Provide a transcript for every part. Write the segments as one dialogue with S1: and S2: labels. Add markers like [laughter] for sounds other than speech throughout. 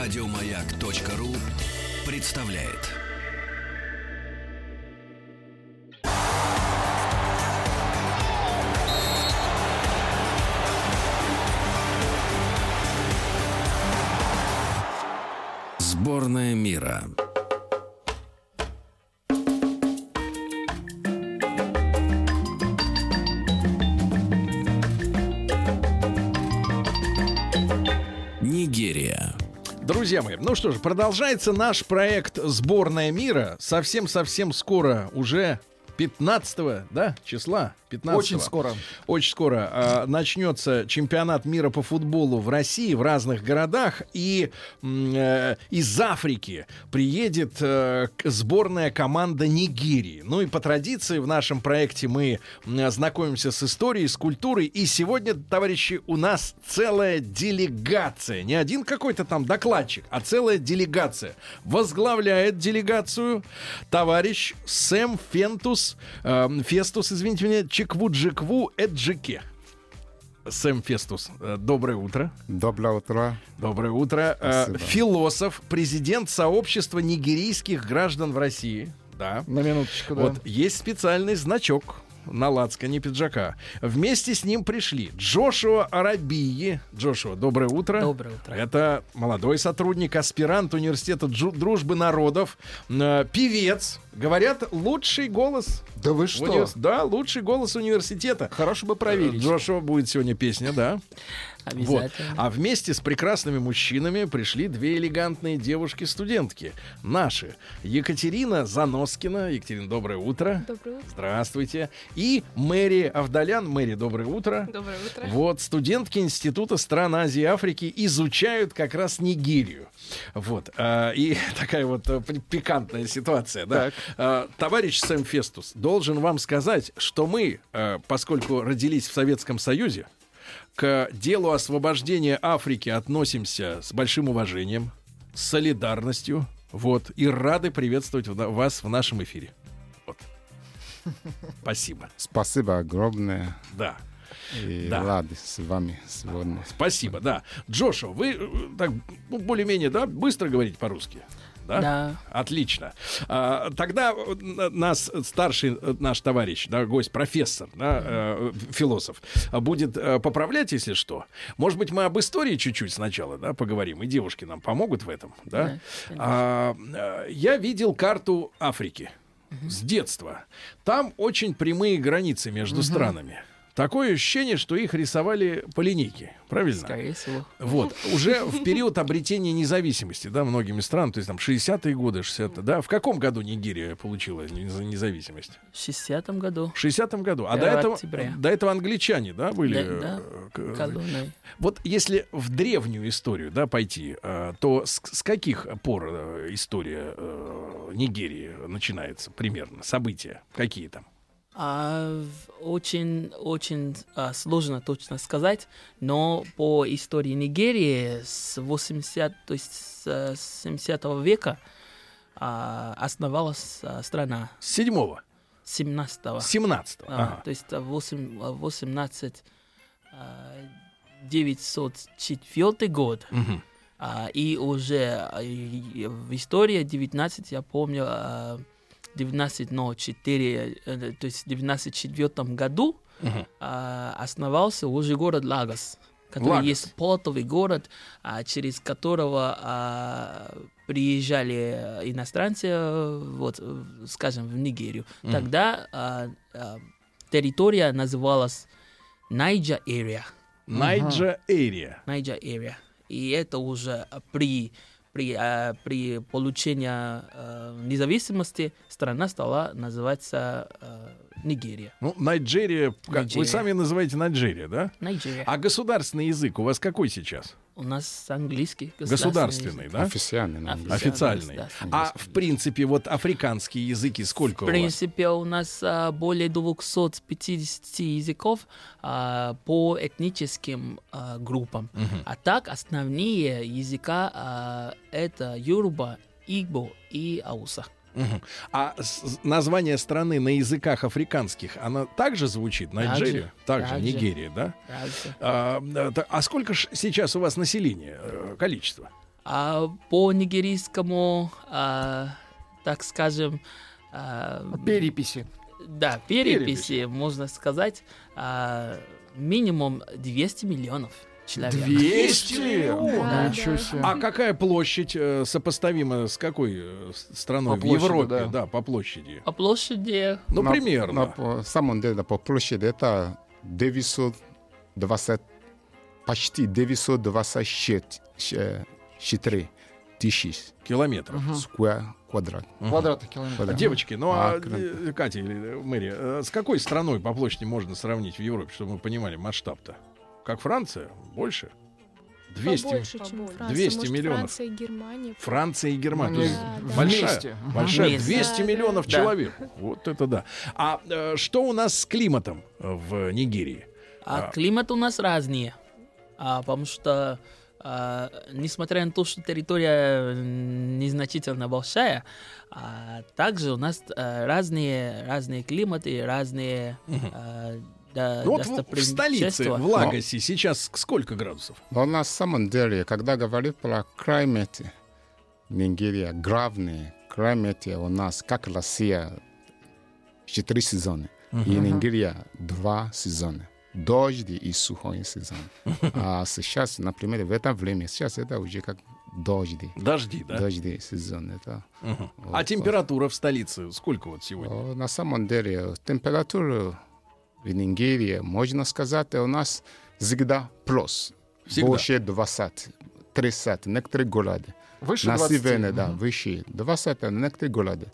S1: Радиомаяк.ру представляет. Сборная мира. Нигерия.
S2: Друзья мои, ну что ж, продолжается наш проект «Сборная мира». Совсем-совсем скоро, уже 15 да, числа, 15
S3: Очень скоро.
S2: Очень скоро а, начнется чемпионат мира по футболу в России, в разных городах. И м, э, из Африки приедет э, к- сборная команда Нигерии. Ну и по традиции в нашем проекте мы м, знакомимся с историей, с культурой. И сегодня, товарищи, у нас целая делегация. Не один какой-то там докладчик, а целая делегация. Возглавляет делегацию товарищ Сэм Фентус, э, Фестус, извините меня, Чеквуджикву Эджике. Сэм Фестус, э, доброе утро.
S4: Доброе утро.
S2: Доброе утро. Э,
S4: Спасибо.
S2: Философ, президент сообщества нигерийских граждан в России. Да.
S3: На минуточку, да.
S2: Вот есть специальный значок на лацкане пиджака. Вместе с ним пришли Джошуа Арабии. Джошуа, доброе утро.
S5: Доброе утро.
S2: Это молодой сотрудник, аспирант университета Джу- дружбы народов, э, певец. Говорят, лучший голос.
S4: Да вы
S2: в универс- Да, лучший голос университета.
S3: Хорошо бы
S2: Э,
S3: проверить.
S2: Джошуа будет сегодня песня, да. Вот.
S5: Обязательно.
S2: А вместе с прекрасными мужчинами пришли две элегантные девушки-студентки. Наши. Екатерина Заноскина. Екатерина, доброе утро.
S6: Доброе утро.
S2: Здравствуйте. И Мэри Авдалян. Мэри, доброе утро.
S6: Доброе утро.
S2: Вот, студентки Института стран Азии и Африки изучают как раз Нигерию. Вот. а, И [laughs] такая вот а, пи- пикантная ситуация, да.
S3: Так.
S2: А, Товарищ Сэм Фестус, должен вам сказать, что мы, э, поскольку родились в Советском Союзе, к делу освобождения Африки относимся с большим уважением, с солидарностью, вот, и рады приветствовать в- вас в нашем эфире. Вот. Спасибо.
S4: Спасибо огромное.
S2: Да.
S4: И
S2: Да.
S4: рад с вами сегодня.
S2: Спасибо, да. Джошуа, вы э, так ну, более-менее, да, быстро говорите по-русски. Да?
S5: Да.
S2: Отлично. А, тогда э, на- нас старший э, наш товарищ, да, гость, профессор, да, э, философ, э, будет э, поправлять, если что. Может быть, мы об истории чуть-чуть сначала, да, поговорим, и девушки нам помогут в этом, да.
S5: Да, конечно.
S2: А, э, я видел карту Африки с детства. Там очень прямые границы между странами. Такое ощущение, что их рисовали по линейке, правильно?
S5: Скорее всего. [laughs]
S2: Вот, уже в период обретения независимости, да, многими странами, то есть там 60-е годы, 60 да, в каком году Нигерия получила не- за независимость?
S5: В 60-м году.
S2: В 60-м году. А до
S5: Первого
S2: этого,
S5: октября.
S2: до этого англичане, да, были?
S5: Да,
S2: э,
S5: да.
S2: к-
S5: Колонны.
S2: Вот если в древнюю историю, да, пойти, э, то с, с каких пор э, история э, Нигерии начинается примерно? События какие там?
S5: А, в- очень, очень а, сложно точно сказать, но по истории Нигерии с 80, то есть с э, 70 века а, основалась а, страна
S2: С 7
S5: с 17
S2: с 17
S5: А,
S2: ага.
S5: То есть а, восемь- а, 18 а, 904 год.
S2: Мгм.
S5: А, и уже а, и- и в истории 19, я помню, а, 1904, э, то есть в 1904 году
S2: Мгм.
S5: а, основался уже город Лагос, который
S2: Лагос.
S5: есть портовый город, а, через которого а, приезжали иностранцы, э, вот, э, скажем, в Нигерию. Тогда а, а, территория называлась Найджа Area.
S2: Найджа Эрия.
S5: Niger area. И это уже а, при, при, а, при получении а, независимости страна стала называться а, Нигерия.
S2: Ну, Найджерия, как вы
S5: Найджерия.
S2: сами называете Найджерия, да?
S5: Nigeria.
S2: А государственный язык у вас какой сейчас?
S5: У нас английский
S2: Государственный, да?
S4: Официально. на английском.
S2: Официальный.
S5: государственный.
S2: А в принципе, вот африканские языки сколько
S5: В
S2: у вас?
S5: принципе, у нас а, более 250 языков а, по этническим а, группам. А так, основные языка а, это Юруба, Игбо и Ауса.
S2: Мгм. А с- с- название страны на языках африканских, она также звучит? Найджерия? Также,
S5: Так же, так же.
S2: Нигерия, да?
S5: Разница.
S2: А, да, та- а сколько ж сейчас у вас населения, э, количество?
S5: А, а, по нигерийскому, а, так скажем, а,
S3: Переписи.
S5: да, переписи, можно сказать, а, минимум 200 миллионов человек.
S3: 200?
S6: Да,
S3: Ничего
S6: да.
S3: себе.
S2: А какая площадь э, сопоставима с какой э, с- страной? В
S3: По площади,
S2: Европе, да.
S3: да.
S2: по площади.
S5: По площади
S2: Ну,
S4: На- на
S2: примерно.
S4: по- самом деле, по площади это 920, почти э, 924 тысяч
S2: Километров.
S4: сквер- квадрат.
S3: Квадратных километров.
S4: квадрат.
S2: Девочки, ну а,
S4: А, кра-
S2: э, Катя или э, Мэри, э, с какой страной по площади можно сравнить в Европе, чтобы мы понимали масштаб-то? Как Франция? Больше? 200.
S6: Побольше, чем
S7: Побольше.
S6: Франция.
S2: 200
S6: Может,
S2: миллионов.
S6: Франция и Германия.
S2: Франция и Германия.
S3: Они
S2: То есть
S6: Да, да.
S2: большая,
S3: Вместе. Мгм.
S2: большая,
S5: Вместе.
S2: 200
S6: Да,
S2: миллионов
S5: да.
S2: человек. Вот это да. А э, что у нас с климатом э, в Нигерии?
S5: А
S2: А.
S5: климат у нас разные, А, потому что а, несмотря на то, что территория м, незначительно большая, а, также у нас а, разные разные климаты, разные а, да,
S2: Ну, вот в- в, столице,
S5: достопримечательства.
S2: в Лагосе, сейчас ск- сколько градусов?
S4: Но на самом деле, когда говорю про климаты, Нигерия, главные климаты у нас, как Россия, четыре сезона. И Нигерия два сезона. Дожди и
S2: [laughs]
S4: сухой сезон. А сейчас, например, в это время, сейчас это уже как дожди.
S2: Дожди, да?
S4: Дожди сезон. Это,
S2: Мгм.
S4: вот,
S2: А температура в столице сколько вот сегодня?
S4: О, На самом деле, температуру в Нигерии, можно сказать, у нас всегда плюс.
S2: Всегда.
S4: Больше 20, 30, некоторые города.
S3: Выше
S4: На
S3: 20.
S4: севере, да,
S3: Мгм.
S4: выше 20, некоторые города.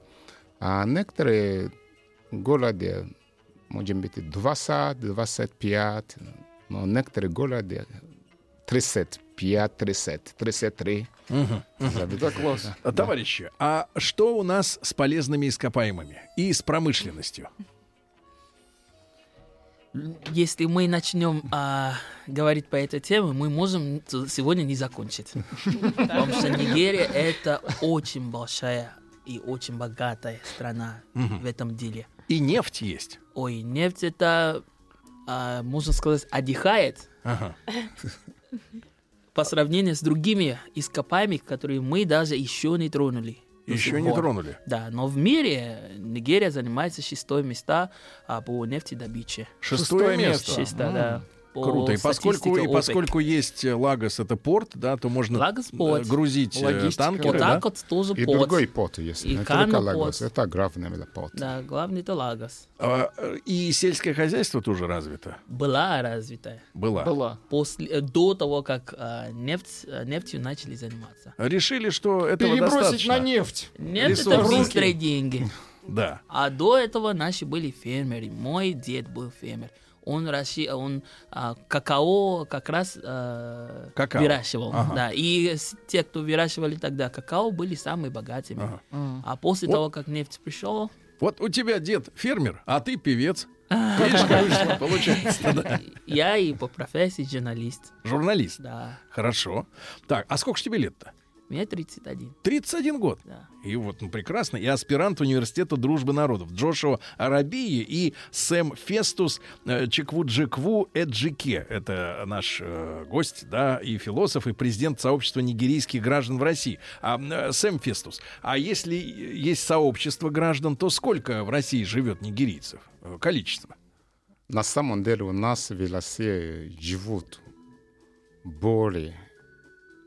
S4: А некоторые города, может быть, 20, 25, но некоторые города 35, 30, 33. Зависит.
S3: Да, класс.
S2: А, Товарищи, а что у нас с полезными ископаемыми и с промышленностью?
S5: Если мы начнем а, говорить по этой теме, мы можем т- сегодня не закончить. Потому что Нигерия это очень большая и очень богатая страна в этом деле.
S2: И нефть есть.
S5: Ой, нефть это, а, можно сказать, отдыхает
S2: Ага.
S5: по сравнению с другими ископами, которые мы даже еще не тронули.
S2: Еще не
S5: Вот.
S2: тронули.
S5: Да, но в мире Нигерия занимается шестое место а, по нефтедобыче.
S2: Шестое место.
S5: Шестое, да. По
S2: Круто. И поскольку,
S5: статистике
S2: и
S5: ОПЕК.
S2: поскольку есть э, Лагос, это порт, да, то можно
S5: Лагос
S2: э,
S5: порт.
S2: грузить э,
S3: Логистика.
S2: танкеры,
S5: вот
S2: да?
S5: Ну, так вот тоже
S4: И
S5: Ну, пот.
S4: другой пот, если
S5: И
S4: не только
S5: Кана
S4: Лагос,
S5: пот.
S4: это главный именно пот.
S5: Да, главное это Лагос.
S2: А, э, И сельское хозяйство тоже развито.
S5: Была развитая.
S2: Было.
S3: Была.
S5: После, э, до того, как а, нефть, э, нефтью начали заниматься.
S2: Решили, что этого
S3: Перебросить
S2: достаточно.
S3: на нефть.
S5: Нефть это
S2: Ресурсы.
S5: быстрые деньги.
S2: Да.
S5: А до этого наши были фермеры. Мой дед был фермер. Он, расщи- он а, какао как раз а,
S2: Какао.
S5: выращивал.
S2: Ага.
S5: Да. И с- те, кто выращивали тогда какао, были самые богатыми.
S2: Ага.
S5: А после
S2: Вот.
S5: того, как нефть пришел,
S2: Вот у тебя дед фермер, а ты
S5: [laughs]
S2: певец. Видишь, как вышло, получается, да.
S5: я и по профессии журналист.
S2: Журналист.
S5: Да.
S2: Хорошо. Так, а сколько ж тебе лет-то?
S5: Мне 31.
S2: 31 год.
S5: Да.
S2: И вот, ну, прекрасно. И аспирант университета дружбы народов Джошуа Арабии и Сэм Фестус э, Чеквуджекву Эджике. Это наш э, гость, да, и философ, и президент сообщества нигерийских граждан в России. А, э, Сэм Фестус, а если есть сообщество граждан, то сколько в России живет нигерийцев? Э, Количество.
S4: На самом деле у нас в России живут более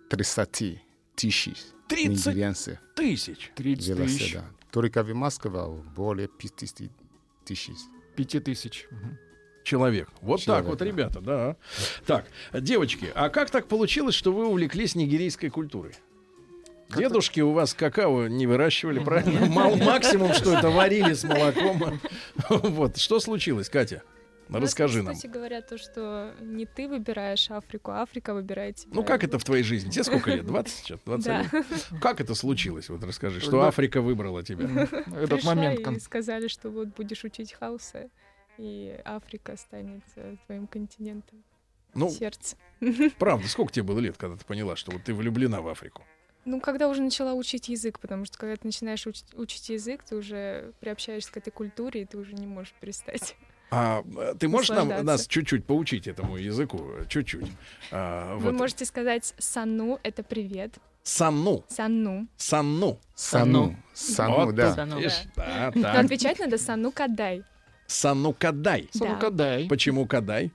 S4: 30 тысяч
S2: 30
S4: нигерийцев.
S2: тысяч.
S3: 30
S4: в России,
S3: тысяч.
S4: да. Только в Москве более 50 тысяч.
S3: 5 тысяч. Мгм.
S2: Человек. Вот
S4: Человек,
S2: так вот,
S4: да.
S2: ребята, да. Так, девочки, а как так получилось, что вы увлеклись нигерийской культурой? Дедушки у вас какао не выращивали, правильно? Мал- максимум, что это варили
S4: [laughs]
S2: с молоком. Вот, что случилось, Кстати,
S6: Ну,
S2: ну, Расскажи нам.
S6: Кстати говоря, то, что не ты выбираешь Африку, а Африка выбирает тебя.
S2: Ну, как это в твоей жизни? Тебе сколько лет? 20 сейчас? 21? Как это случилось? Вот расскажи, что
S3: Да.
S2: Африка выбрала тебя.
S3: Этот
S6: Пришла
S3: момент.
S6: и
S3: кон-
S6: сказали, что вот будешь учить хауса, и Африка станет э, твоим континентом
S2: Ну,
S6: сердца.
S2: правда, сколько тебе было лет, когда ты поняла, что вот ты влюблена в Африку?
S6: Ну, когда уже начала учить язык, потому что когда ты начинаешь уч- учить язык, ты уже приобщаешься к этой культуре, и ты уже не можешь перестать.
S2: А э, ты можешь нам,
S6: Наслаждаться.
S2: нас чуть-чуть поучить этому языку? Чуть-чуть. А,
S6: Вы
S2: вот.
S6: можете сказать «сану» — это «привет»,
S2: Санну.
S6: Санну.
S2: Санну.
S3: А ну,
S4: Сану.
S2: Вот
S4: Сану, да.
S5: Сану.
S2: Видишь? Да,
S6: Но
S2: так.
S6: отвечать надо санну кадай.
S2: Санну Кадай.
S6: Да.
S3: Сорокадай.
S2: Почему Кадай?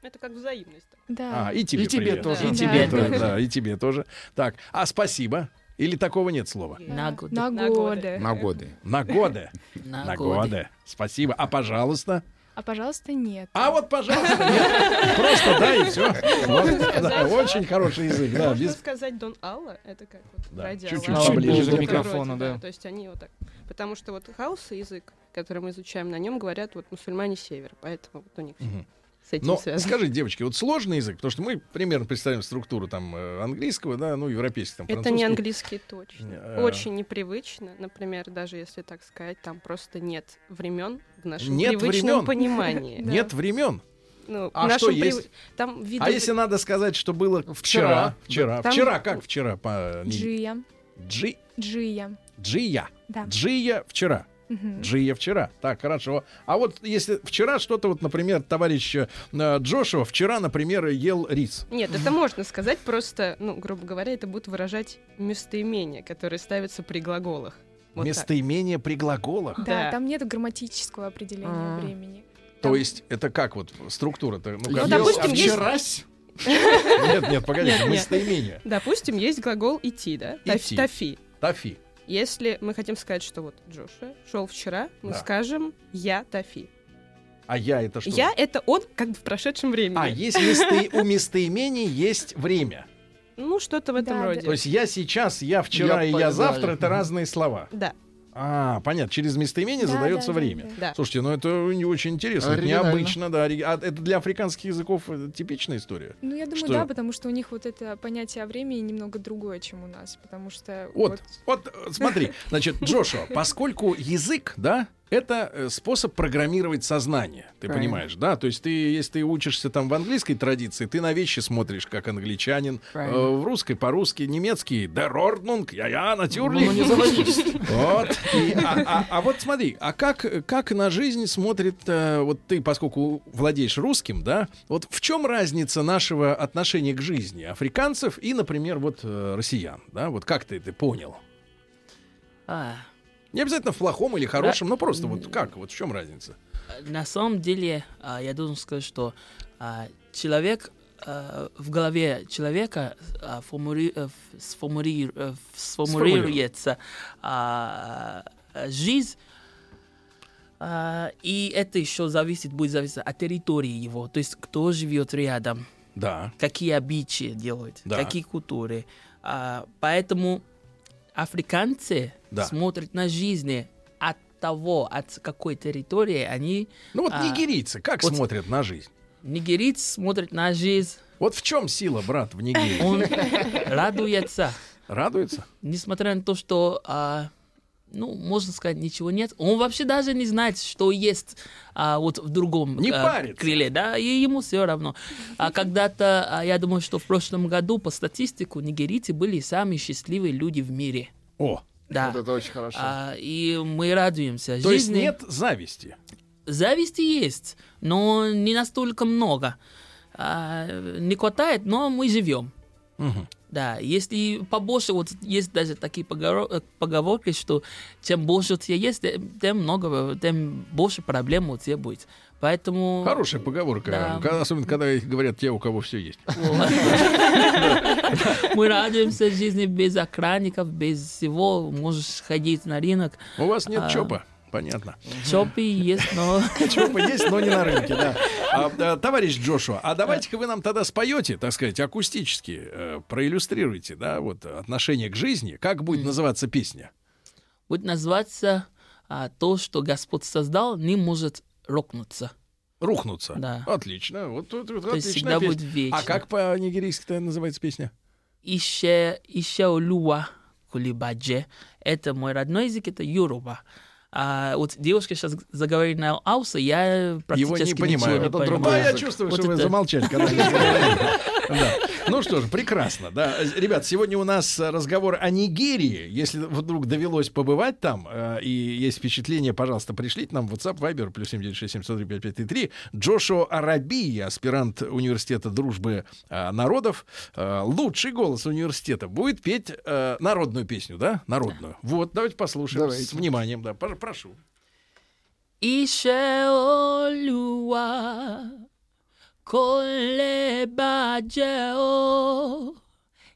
S7: Это как взаимность.
S6: Да.
S2: А, и тебе
S3: И тебе
S2: привет.
S3: тоже.
S5: И
S6: Да.
S5: тебе
S2: Да,
S5: тоже.
S2: да, и тебе тоже. Так, а спасибо? Или такого нет слова?
S5: На годы.
S6: На
S7: На годы.
S6: годы.
S4: На годы.
S2: На годы.
S5: На
S2: На
S5: годы.
S2: годы. Спасибо. А пожалуйста?
S6: А, пожалуйста, нет.
S2: А вот пожалуйста. нет. Просто да и все. Очень хороший язык. Да,
S7: Можно
S2: без...
S7: сказать Дон Алла, это как вот
S2: Да,
S7: радиоалла.
S2: чуть-чуть
S7: что-то
S2: поближе
S7: в этом
S2: к
S3: микрофону,
S7: роде,
S3: да.
S7: То есть они вот так. Потому что вот хаус язык, который мы изучаем, на нем говорят вот мусульмане севера, поэтому вот у них всё
S2: Мгм.
S7: с этим
S2: Но
S7: связано.
S2: скажи, девочки, вот сложный язык, потому что мы примерно представим структуру там э, английского, да, ну, европейский, там,
S7: Это не
S2: французский.
S7: английский точно.
S2: Э,
S7: Очень непривычно, например, даже если так сказать, там просто нет времен в нашем
S2: Нет времён.
S7: привычном понимании.
S6: Да.
S2: [laughs] Нет времен.
S7: Ну,
S2: А
S7: в
S2: что
S7: нашем
S2: есть?
S7: Там виды...
S2: А если надо сказать, что было вчера?
S3: Вчера.
S2: Вчера.
S7: Там-
S2: Вчера как вчера? По... не-
S6: Джия.
S2: Джи...
S6: Джия.
S2: Джия.
S6: Да.
S2: Джия вчера.
S6: Мгм.
S2: Джия вчера. Так, хорошо. А вот если вчера что-то, вот, например, товарищ э, Джошуа вчера, например, ел рис.
S7: Нет, это можно сказать, просто, ну, грубо говоря, это будет выражать местоимения, которые ставятся при глаголах. Вот так.
S2: Местоимение при глаголах.
S7: Да.
S6: Да, там нет грамматического определения
S3: А.
S6: времени.
S2: То
S6: Там-
S2: есть это как вот структура-то? Ну, как-
S3: Ел
S7: допустим, есть-
S3: вчерась.
S2: Нет, нет, погоди,
S7: [laughs] Нет, нет.
S2: местоимение.
S7: Допустим, есть глагол идти, да? Таф-
S2: Идти.
S7: Тафи.
S2: Тафи.
S7: Если мы хотим сказать, что вот Джоша шел вчера, мы
S2: Да.
S7: скажем я Тафи.
S2: А я это что?
S7: Я это он как бы в прошедшем времени.
S2: А, есть место... у местоимений есть время.
S7: Ну, что-то в этом
S6: Да, да.
S7: роде.
S2: То есть я сейчас, я вчера
S3: Я
S2: и я
S3: понял.
S2: завтра это разные слова.
S7: Да,
S2: А, понятно, через местоимение
S6: Да,
S2: задается
S6: да, да,
S2: время.
S6: да.
S7: да.
S2: Слушайте, ну это не очень интересно, это
S3: Оригинально.
S2: необычно, да. ори- А это для африканских языков э, типичная история.
S6: Ну, я думаю,
S2: Что?
S6: да, потому что у них вот это понятие о времени немного другое, чем у нас, потому что...
S2: Вот, вот, э, смотри, значит, Джошуа, поскольку язык, да, это э, способ программировать сознание, ты
S3: Правильно.
S2: понимаешь, да? То есть ты, если ты учишься там в английской традиции, ты на вещи смотришь как англичанин, э,
S3: Правильно.
S2: в русской по-русски, немецкий, да Ordnung, я я
S3: Ну, не заводись.
S2: Вот. И- а, а- а вот смотри, а как, как на жизнь смотрит, э, вот ты, поскольку владеешь русским, да, вот в чем разница нашего отношения к жизни африканцев и, например, вот э, россиян, да, вот как ты это понял?
S5: А,
S2: Не обязательно в плохом или хорошем, но просто вот как, вот в чем разница?
S5: На самом деле, а, я должен сказать, что а, человек а, в голове человека а, формули- э, ф- сформули- э, ф- сформулируется а, э, жизнь, а, и это еще зависит, будет зависеть от территории его, то есть кто живет рядом
S2: Да.
S5: какие обычаи делают,
S2: Да.
S5: какие культуры. А, поэтому африканцы
S2: Да.
S5: смотрят на жизнь от того, от какой территории они...
S2: Ну вот
S5: А,
S2: нигерийцы как
S5: вот-
S2: смотрят на жизнь?
S5: Нигерийцы смотрят на жизнь,
S2: Вот в чем сила, брат, в Нигерии? [laughs]
S5: он радуется,
S2: Радуется?
S5: несмотря на то, что... а, ну, можно сказать, ничего нет. Он вообще даже не знает, что есть а, вот в другом
S2: Не
S5: а,
S2: парится.
S5: крыле, да, и ему все равно. А когда-то, а, я думаю, что в прошлом году по статистику нигерийцы были самые счастливые люди в мире.
S2: О,
S5: Да.
S3: Вот это очень хорошо.
S5: А, и мы радуемся.
S2: то есть
S5: жизни.
S2: нет зависти.
S5: Зависти есть, но не настолько много. А, не хватает, но мы живем.
S2: Мгм.
S5: Да, если побольше, вот есть даже такие поговор- э, поговорки, что чем больше у тебя есть, те- тем много, э, тем больше проблем у тебя будет. Поэтому...
S2: Хорошая поговорка,
S5: Да.
S2: когда- особенно когда говорят те, у кого все есть.
S5: Мы радуемся жизни без охранников, без всего. Можешь ходить на рынок.
S2: У вас нет
S5: А.
S2: чопа, понятно.
S5: Шопы есть, но... [laughs]
S2: Чопа есть, но не на рынке, да. А, а, товарищ Джошуа, а давайте-ка вы нам тогда споете, так сказать, акустически, э, проиллюстрируйте, да, вот э, отношение к жизни. Как будет называться песня?
S5: будет называться а, то, что Господь создал, не может рокнуться.
S2: Рухнуться.
S5: Да.
S2: Отлично. Вот, тут вот
S5: То есть
S2: Ну, отличная
S5: всегда
S2: песня.
S5: будет вечно.
S2: А как по-нигерийски-то называется песня?
S5: Ище, ище олюа кулибадже. Это мой родной язык, это Юруба. А вот девушка сейчас заговорит на ауса, я практически
S2: Его не
S5: ничего
S2: понимаю.
S5: не
S3: Это
S5: понимаю.
S2: Да,
S3: другая
S2: я
S3: язык.
S2: чувствую,
S5: Вот
S2: [laughs] что вы
S5: это-
S2: замолчали, когда я заговорил. Да. Ну что ж, прекрасно, да. Ребят, сегодня у нас э, разговор о Нигерии. Если вдруг довелось побывать там, э, и есть впечатление, пожалуйста, пришлите нам в WhatsApp, Viber, плюс 7967 Джошуа Араби, аспирант университета дружбы э, народов, э, лучший голос университета, будет петь э, народную песню, да? Народную. Вот, давайте послушаем. С
S3: Давайте.
S2: вниманием, да. Пож- Прошу.
S5: Iṣẹ́ Olúwa kò lè bàjẹ́ o.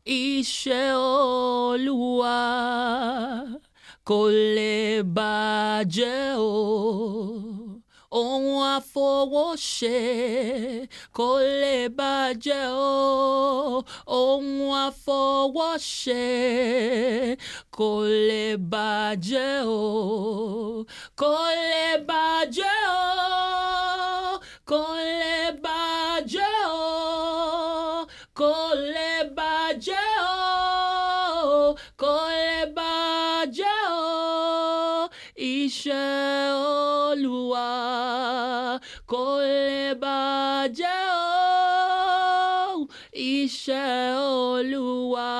S5: Iṣẹ́ Olúwa kò lè bàjẹ́ o. Ohun àfọwọ́ṣe kò lè bàjẹ́ o. Ohun àfọwọ́ṣe kò lè bàjẹ́ o. Kò lè bàjẹ́ o. Kò lè bàjẹ́ o. Kò lè bàjẹ́ o. Kò lè bàjẹ́ o. Iṣẹ́ Olúwa kò lè bàjẹ́ o. Iṣẹ́ Olúwa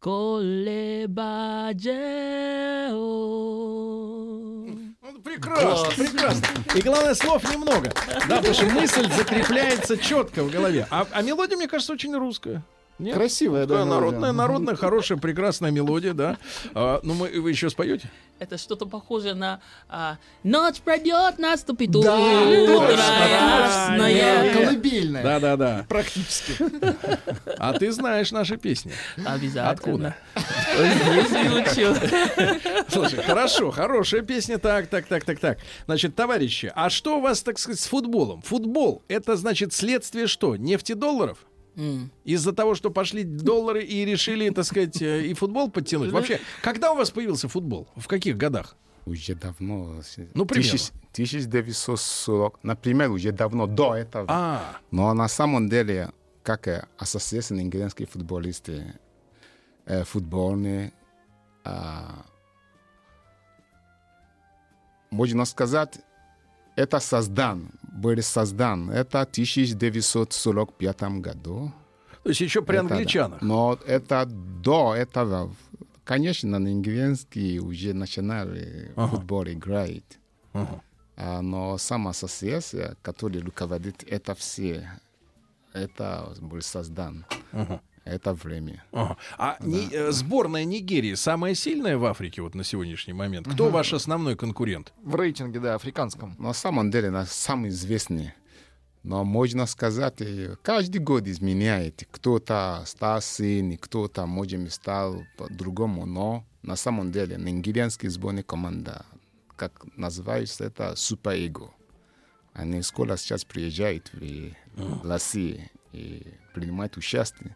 S5: kò lè bàjẹ́ o.
S2: Ну, Прекрасно, прекрасно. И главное, слов немного. Да, потому что мысль закрепляется четко в голове. А, а мелодия, мне кажется, очень русская. Нет?
S3: Красивая,
S2: Такая
S3: да.
S2: народная,
S3: мелодия.
S2: народная, хорошая, прекрасная мелодия, да. А, ну, мы, вы еще споете?
S5: Это что-то похоже на а, «Ночь пройдет, наступит утро
S3: точно,
S2: да,
S5: ясное».
S2: да.
S3: Колыбельная.
S2: Да, да, да.
S3: Э, Практически.
S2: А ты знаешь наши песни.
S5: Обязательно.
S2: Откуда?
S5: Изучил.
S2: Слушай, хорошо, хорошая песня. Так, так, так, так, так. Значит, товарищи, а что у вас, так сказать, с футболом? Футбол это значит следствие что? Нефтедолларов?
S5: М.
S2: Из-за того, что пошли доллары и решили, так сказать, э, и футбол подтянуть. Вообще, когда у вас появился футбол? В каких годах?
S4: Уже давно. э, с-
S2: Ну, примерно.
S4: 1000- 1940, например, уже давно, до этого.
S2: А,
S4: Но на самом деле, как э, ассоциация нигерийские футболисты, э, футбольные, а, можно сказать, это создан, был создан, это в 1945 году.
S2: то есть еще при
S4: Это да.
S2: англичанах.
S4: Но это до этого, конечно, нигерийские уже начинали
S2: Ага.
S4: футбол играть.
S2: Ага.
S4: А, но сама ассоциация, которая руководит это все, это был создан.
S2: Ага.
S4: Это время.
S2: Ага. А ни- э, сборная Нигерии самая сильная в Африке вот на сегодняшний момент? Кто ваш основной конкурент?
S3: В рейтинге, да, африканском.
S4: На самом деле, она самый известный. Но можно сказать, э, каждый год изменяет. Кто-то стал сильный, кто-то, может, быть, стал по-другому. Но на самом деле, нигерийские сборная команда, как называются, это Супер Эго. Они скоро сейчас приезжают в Россию и принимают участие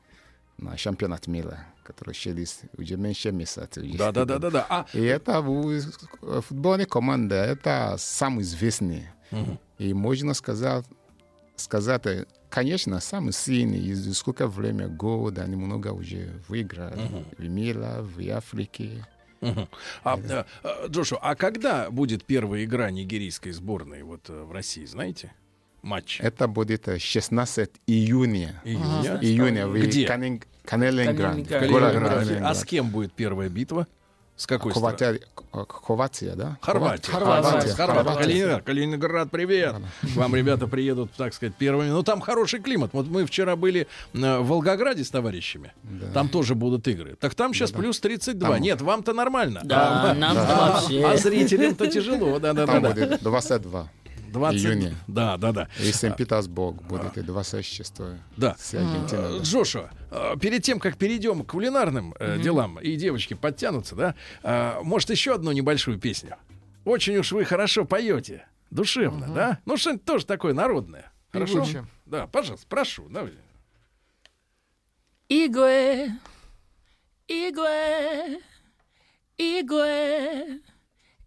S4: на чемпионат мира, который через уже меньше месяца.
S2: Да-да-да-да-да. А
S4: И это в- э, футбольная команда, это самый известный. И можно сказать, сказать, э, конечно, самый сильный, и за сколько времени, года, они много уже выиграли в мире, в Африке.
S2: Мгм. А, э, э, Джошуа, а когда будет первая игра нигерийской сборной вот э, в России, знаете? Матч.
S4: Это будет э, 16 июня.
S2: Июня.
S4: Июня в
S2: Где?
S4: Канин- Канелинград,
S5: Канелинград.
S4: город
S2: Калининград.
S4: Канелинград.
S2: А с кем будет первая битва? С какой страны?
S4: Хорватия, К- Хорватия, да?
S2: Хорватия.
S4: Хорватия.
S2: Хорватия.
S4: Хорватия.
S2: Калининград. Калининград, привет. Вам ребята приедут, так сказать, первыми. Ну, там хороший климат. Вот мы вчера были э, в Волгограде с товарищами. Там тоже будут игры. Так там сейчас плюс 32.
S4: Там-
S2: Нет, вам-то нормально.
S5: Да,
S2: А,
S5: нам
S2: а- а
S5: вообще.
S2: зрителям-то тяжело. Да-да-да.
S4: Там будет 22.
S2: 20...
S4: июня.
S2: Да, да, да. А.
S4: И Санкт-Петербург будет и 26
S2: Да.
S4: с Аргентиной.
S2: Э,
S4: да.
S2: Джошуа, э, перед тем, как перейдем к кулинарным э, делам, и девочки подтянутся, да, э, может, еще одну небольшую песню? Очень уж вы хорошо поете, душевно, да? Ну, что-нибудь тоже такое народное. Хорошо?
S3: Певучее.
S2: Да, пожалуйста, прошу. давай.
S5: Игуэ, Игуэ, Igwe,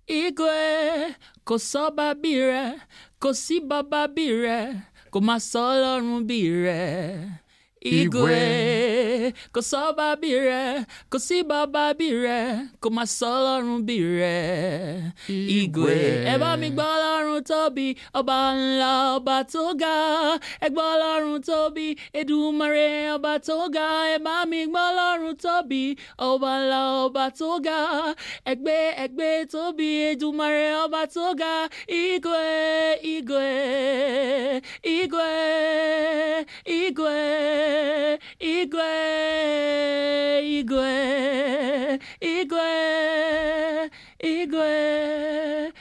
S5: Igwe, kò sọ́ba bí rẹ̀, kò sí bàbá bí rẹ̀, kò má sọ ọlọ́run bí rẹ̀. Igwe, kò sọ́ba bí rẹ̀, kò sí bàbá bí rẹ̀, kò má sọ Ọlọ́run bí rẹ̀. Igwe, ẹ bá mi gbọ́ Ọlọ́run tóbi, ọba ńlá, ọba tó ga. Ẹ gbọ́ Ọlọ́run tóbi, Èdùmàrè, ọba tó ga. Ẹ bá mi gbọ́ Ọlọ́run tóbi, ọba ńlá, ọba tó ga. Ẹgbẹ́ ẹgbẹ́ tóbi, Èdùmàrè, ọba tó ga. Igwe, Igwe, Igwe, Igwe, Igwe, Igwe, Igwe, Igwe,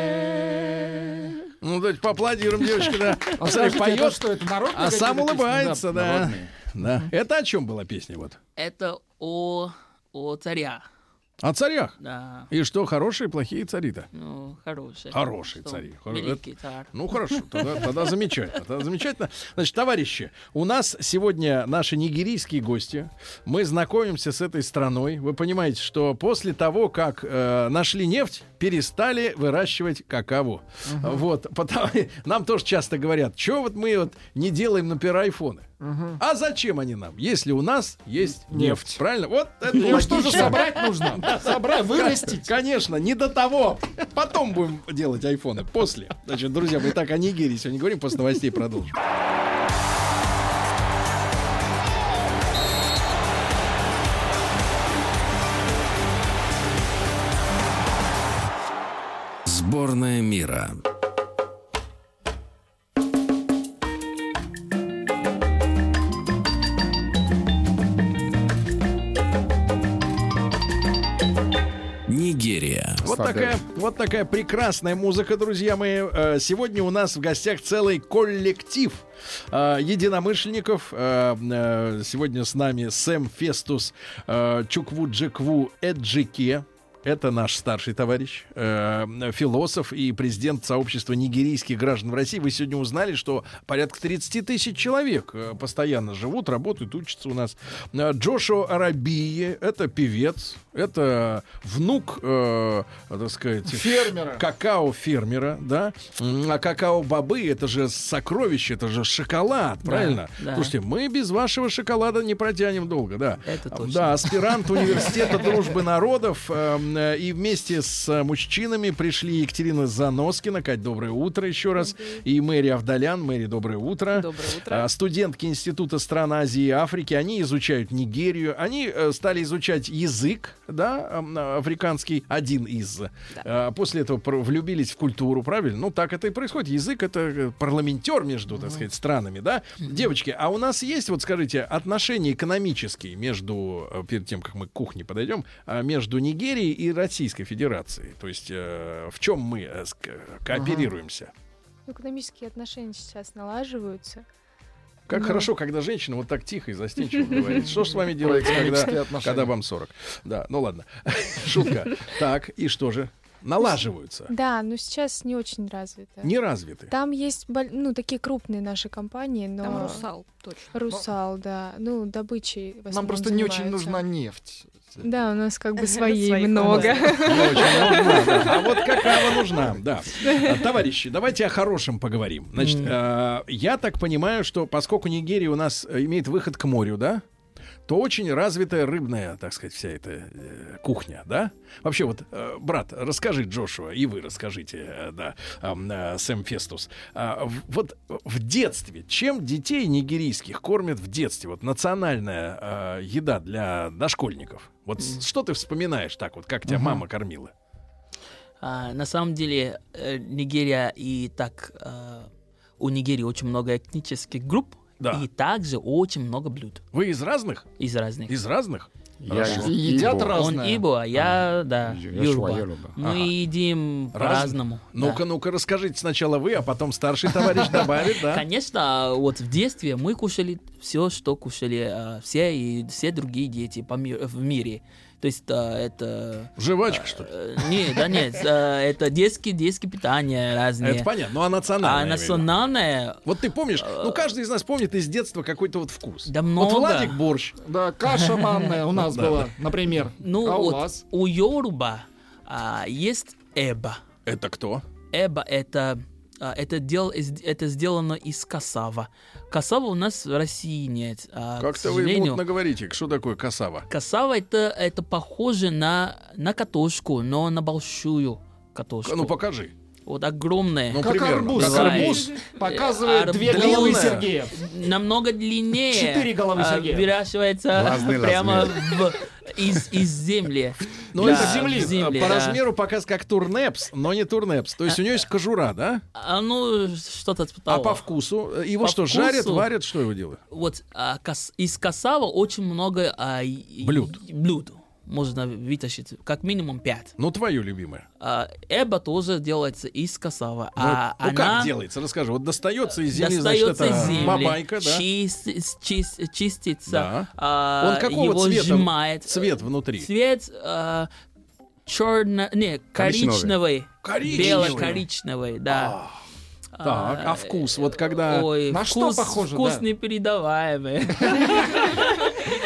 S5: Igwe.
S2: Ну, давайте поаплодируем, девочка,
S3: [laughs]
S2: да.
S3: А
S2: Смотри,
S3: скажите, это
S2: поет,
S3: что, это народные
S2: а сам
S3: какие-то песни?
S2: улыбается, да.
S3: народные.
S2: Да. Это о чем была песня вот?
S5: Это о, о царя.
S2: О царях.
S5: Да,
S2: И что, хорошие, плохие цари-то?
S5: ну, хороший.
S2: Хороший
S5: Что
S2: царь. Хоро-
S5: Великий царь.
S2: Ну хорошо, тогда, тогда замечательно. Тогда замечательно. Значит, товарищи, у нас сегодня наши нигерийские гости. Мы знакомимся с этой страной. Вы понимаете, что после того, как э, нашли нефть, перестали выращивать какаву. Вот, потому, [laughs] нам тоже часто говорят, что вот мы вот не делаем, например, айфоны. А зачем они нам, если у нас есть нефть? Правильно? Вот это
S3: Ну что же
S2: логично.
S3: собрать
S2: [laughs]
S3: нужно? Собрать, вырастить.
S2: Конечно, не до того. Потом будем делать айфоны. После. Значит, друзья, мы так о Нигерии сегодня говорим, после новостей продолжим.
S1: Сборная мира. Нигерия.
S2: Вот
S4: Слабее.
S2: такая, вот такая прекрасная музыка, друзья мои. Э, Сегодня у нас в гостях целый коллектив э, единомышленников. Э, э, Сегодня с нами Сэм Фестус, э, Чукву Джекву Эджике. Это наш старший товарищ, э, философ и президент сообщества нигерийских граждан в России. Вы сегодня узнали, что порядка 30 тысяч человек э, постоянно живут, работают, учатся у нас. Э, Джошуа Арабии, это певец, это внук, э, так сказать,
S3: Фермера.
S2: какао-фермера, да. М, А какао-бобы, это же сокровище, это же шоколад, правильно?
S5: да.
S2: Слушайте, мы без вашего шоколада не протянем долго, да. Э,
S5: Это точно.
S2: Да, аспирант университета дружбы народов. эм, э, И вместе с э, мужчинами пришли Екатерина Заноскина. Кать, доброе утро еще раз. И Мэри Авдалян. Мэри, доброе утро.
S7: Доброе утро.
S2: А, Студентки Института стран Азии и Африки, они изучают Нигерию, они э, стали изучать язык, да, ам, а, африканский, один из. А, После этого про- влюбились в культуру, правильно? Ну, так это и происходит. Язык — это э, парламентер между, так сказать, странами, да? Девочки, а у нас есть, вот скажите, отношения экономические между, э, перед тем, как мы к кухне подойдем, а, между Нигерией и Российской Федерацией? То есть э, в чем мы э, ск- кооперируемся?
S6: Экономические отношения сейчас налаживаются.
S2: Как
S6: Ну.
S2: хорошо, когда женщина вот так тихо и застенчиво говорит. Что ж с вами
S3: Про
S2: делать, когда,
S3: экономические
S2: когда
S3: отношения.
S2: вам 40? Да, ну ладно. [laughs] Шутка. Так, и что же? Налаживаются.
S6: Да, но сейчас не очень развито.
S2: Не развиты.
S6: Там есть, боль- ну, такие крупные наши компании, но...
S5: А.
S7: Там русал, точно.
S6: Русал, да. Ну, добычей в
S3: Нам
S6: основном
S3: просто не очень
S6: занимаются.
S3: нужна нефть.
S6: Да, у нас как бы
S7: Своих
S6: своей много. [laughs]
S2: Не очень нужна, да. А вот какая нужна, да. А, Товарищи, давайте о хорошем поговорим. Значит, э, я так понимаю, что поскольку Нигерия у нас э, имеет выход к морю, да, то очень развитая рыбная, так сказать, вся эта э, кухня, да? Вообще вот, э, брат, расскажи Джошуа, и вы расскажите, э, да, ам, э, Сэм Фестус. А, в- вот в детстве, чем детей нигерийских кормят в детстве? Вот национальная э, еда для дошкольников. Вот с- что ты вспоминаешь так вот, как тебя мама кормила?
S5: А, на самом деле э, Нигерия и так э, у Нигерии очень много этнических групп
S2: Да.
S5: и также очень много блюд
S2: Вы из разных?
S5: из разных.
S2: Из разных?
S4: Я
S3: Хорошо.
S4: и-
S3: И едят
S4: ибо.
S3: раз-
S5: Он
S3: разное.
S5: ибо, а я да
S4: Я
S5: юрба.
S4: шва- Йоруба.
S5: Мы
S2: Ага. Ну,
S5: едим
S2: Разное?
S5: по-разному. да.
S2: Ну-ка, ну-ка, расскажите сначала вы, а потом старший товарищ добавит, да?
S5: Конечно, вот в детстве мы кушали все, что кушали э, все и все другие дети по ми- в мире. То есть э, это...
S2: Жвачка, что ли?
S5: э, не, да нет, э, это детские, детские питания разные.
S2: Это понятно, ну а национальная?
S5: а
S2: я имею в виду?
S5: национальное
S2: Вот ты помнишь, ну каждый из нас помнит из детства какой-то вот вкус.
S5: Да
S2: Вот
S5: много.
S2: Владик борщ.
S3: Да, каша манная у нас
S2: Да,
S3: была, например.
S5: Ну,
S3: а у
S5: вот
S3: вас?
S5: у Йоруба а, есть эба.
S2: Это кто?
S5: Эба — это а, это, дел, из- это сделано из касава. Касава у нас в России нет. а, к
S2: Как-то вы
S5: сожалению,
S2: мутно говорите, что такое касава?
S5: Касава это, это похоже на, на катушку, но на большую катушку.
S2: Ну покажи.
S5: вот огромная.
S2: Ну,
S3: Как
S2: примерно.
S3: арбуз.
S5: Как
S3: арбуз показывает
S5: Арбуз.
S3: две головы
S2: Длинная.
S3: Сергея.
S5: намного длиннее.
S3: Четыре головы
S5: а,
S3: Сергея.
S5: Выращивается
S4: Разные
S5: [laughs] прямо в- из, из земли.
S2: Ну,
S5: Да,
S2: это
S5: в
S2: земли.
S5: земле,
S2: По
S5: да.
S2: размеру показ как турнепс, но не турнепс. То есть у него есть кожура, да?
S5: А, ну, что-то типа
S2: А
S5: того.
S2: по вкусу? э, Его
S5: По
S2: что,
S5: вкусу-
S2: жарят, варят, что его делают?
S5: Вот а, кас- из касава очень много а, и-
S2: Блюд.
S5: и- блюд можно вытащить, как минимум пять.
S2: Ну, твое любимое.
S5: А, эба тоже делается из касава.
S2: Ну,
S5: а
S2: ну,
S5: она
S2: как делается? Расскажи. Вот достается из земли, значит,
S5: достается
S2: это
S5: из земли,
S2: бабайка, да?
S5: чист- чис- чистится,
S2: Да.
S5: а,
S2: Он какого
S5: его
S2: цвета?
S5: сжимает.
S2: Цвет внутри.
S5: Цвет а, черно... Не,
S4: Коричневый.
S5: коричневый.
S2: Коричневый.
S5: Бело-коричневый, да.
S2: Так, а вкус? Вот когда...
S5: Ой,
S3: На что
S5: вкус,
S3: похоже,
S5: вкус
S3: да?
S5: непередаваемый.
S2: [laughs]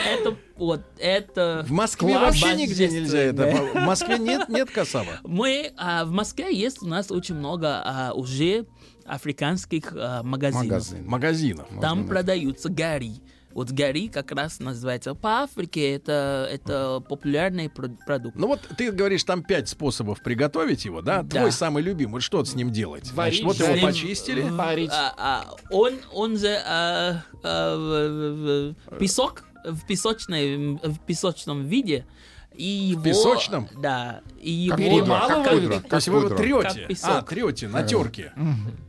S5: Это вот, это...
S2: В Москве
S5: класс
S2: вообще нигде нельзя это.
S5: божественный.
S2: В Москве нет, нет касава.
S5: Мы а, в Москве есть у нас очень много а, уже африканских а, магазинов.
S4: Магазин.
S2: Магазинов.
S5: Там продаются гари. Вот гари как раз называется по Африке. Это, это популярный про- продукт.
S2: Ну вот ты говоришь, там пять способов приготовить его, да?
S5: Да.
S2: Твой самый любимый. Что с ним делать?
S3: Варить,
S2: Значит, вот его
S3: жарить.
S2: почистили.
S3: Парить.
S5: А, а, он, он же а, а, в- в- в песок в песочной в песочном виде и его
S2: песочном?
S5: да и
S4: Как
S5: его
S4: пудра, как
S3: перемалывают?
S4: пудра,
S2: То есть
S4: как
S2: вы его
S4: пудра.
S5: Как
S2: трете.
S5: песок.
S2: А, трете на терке.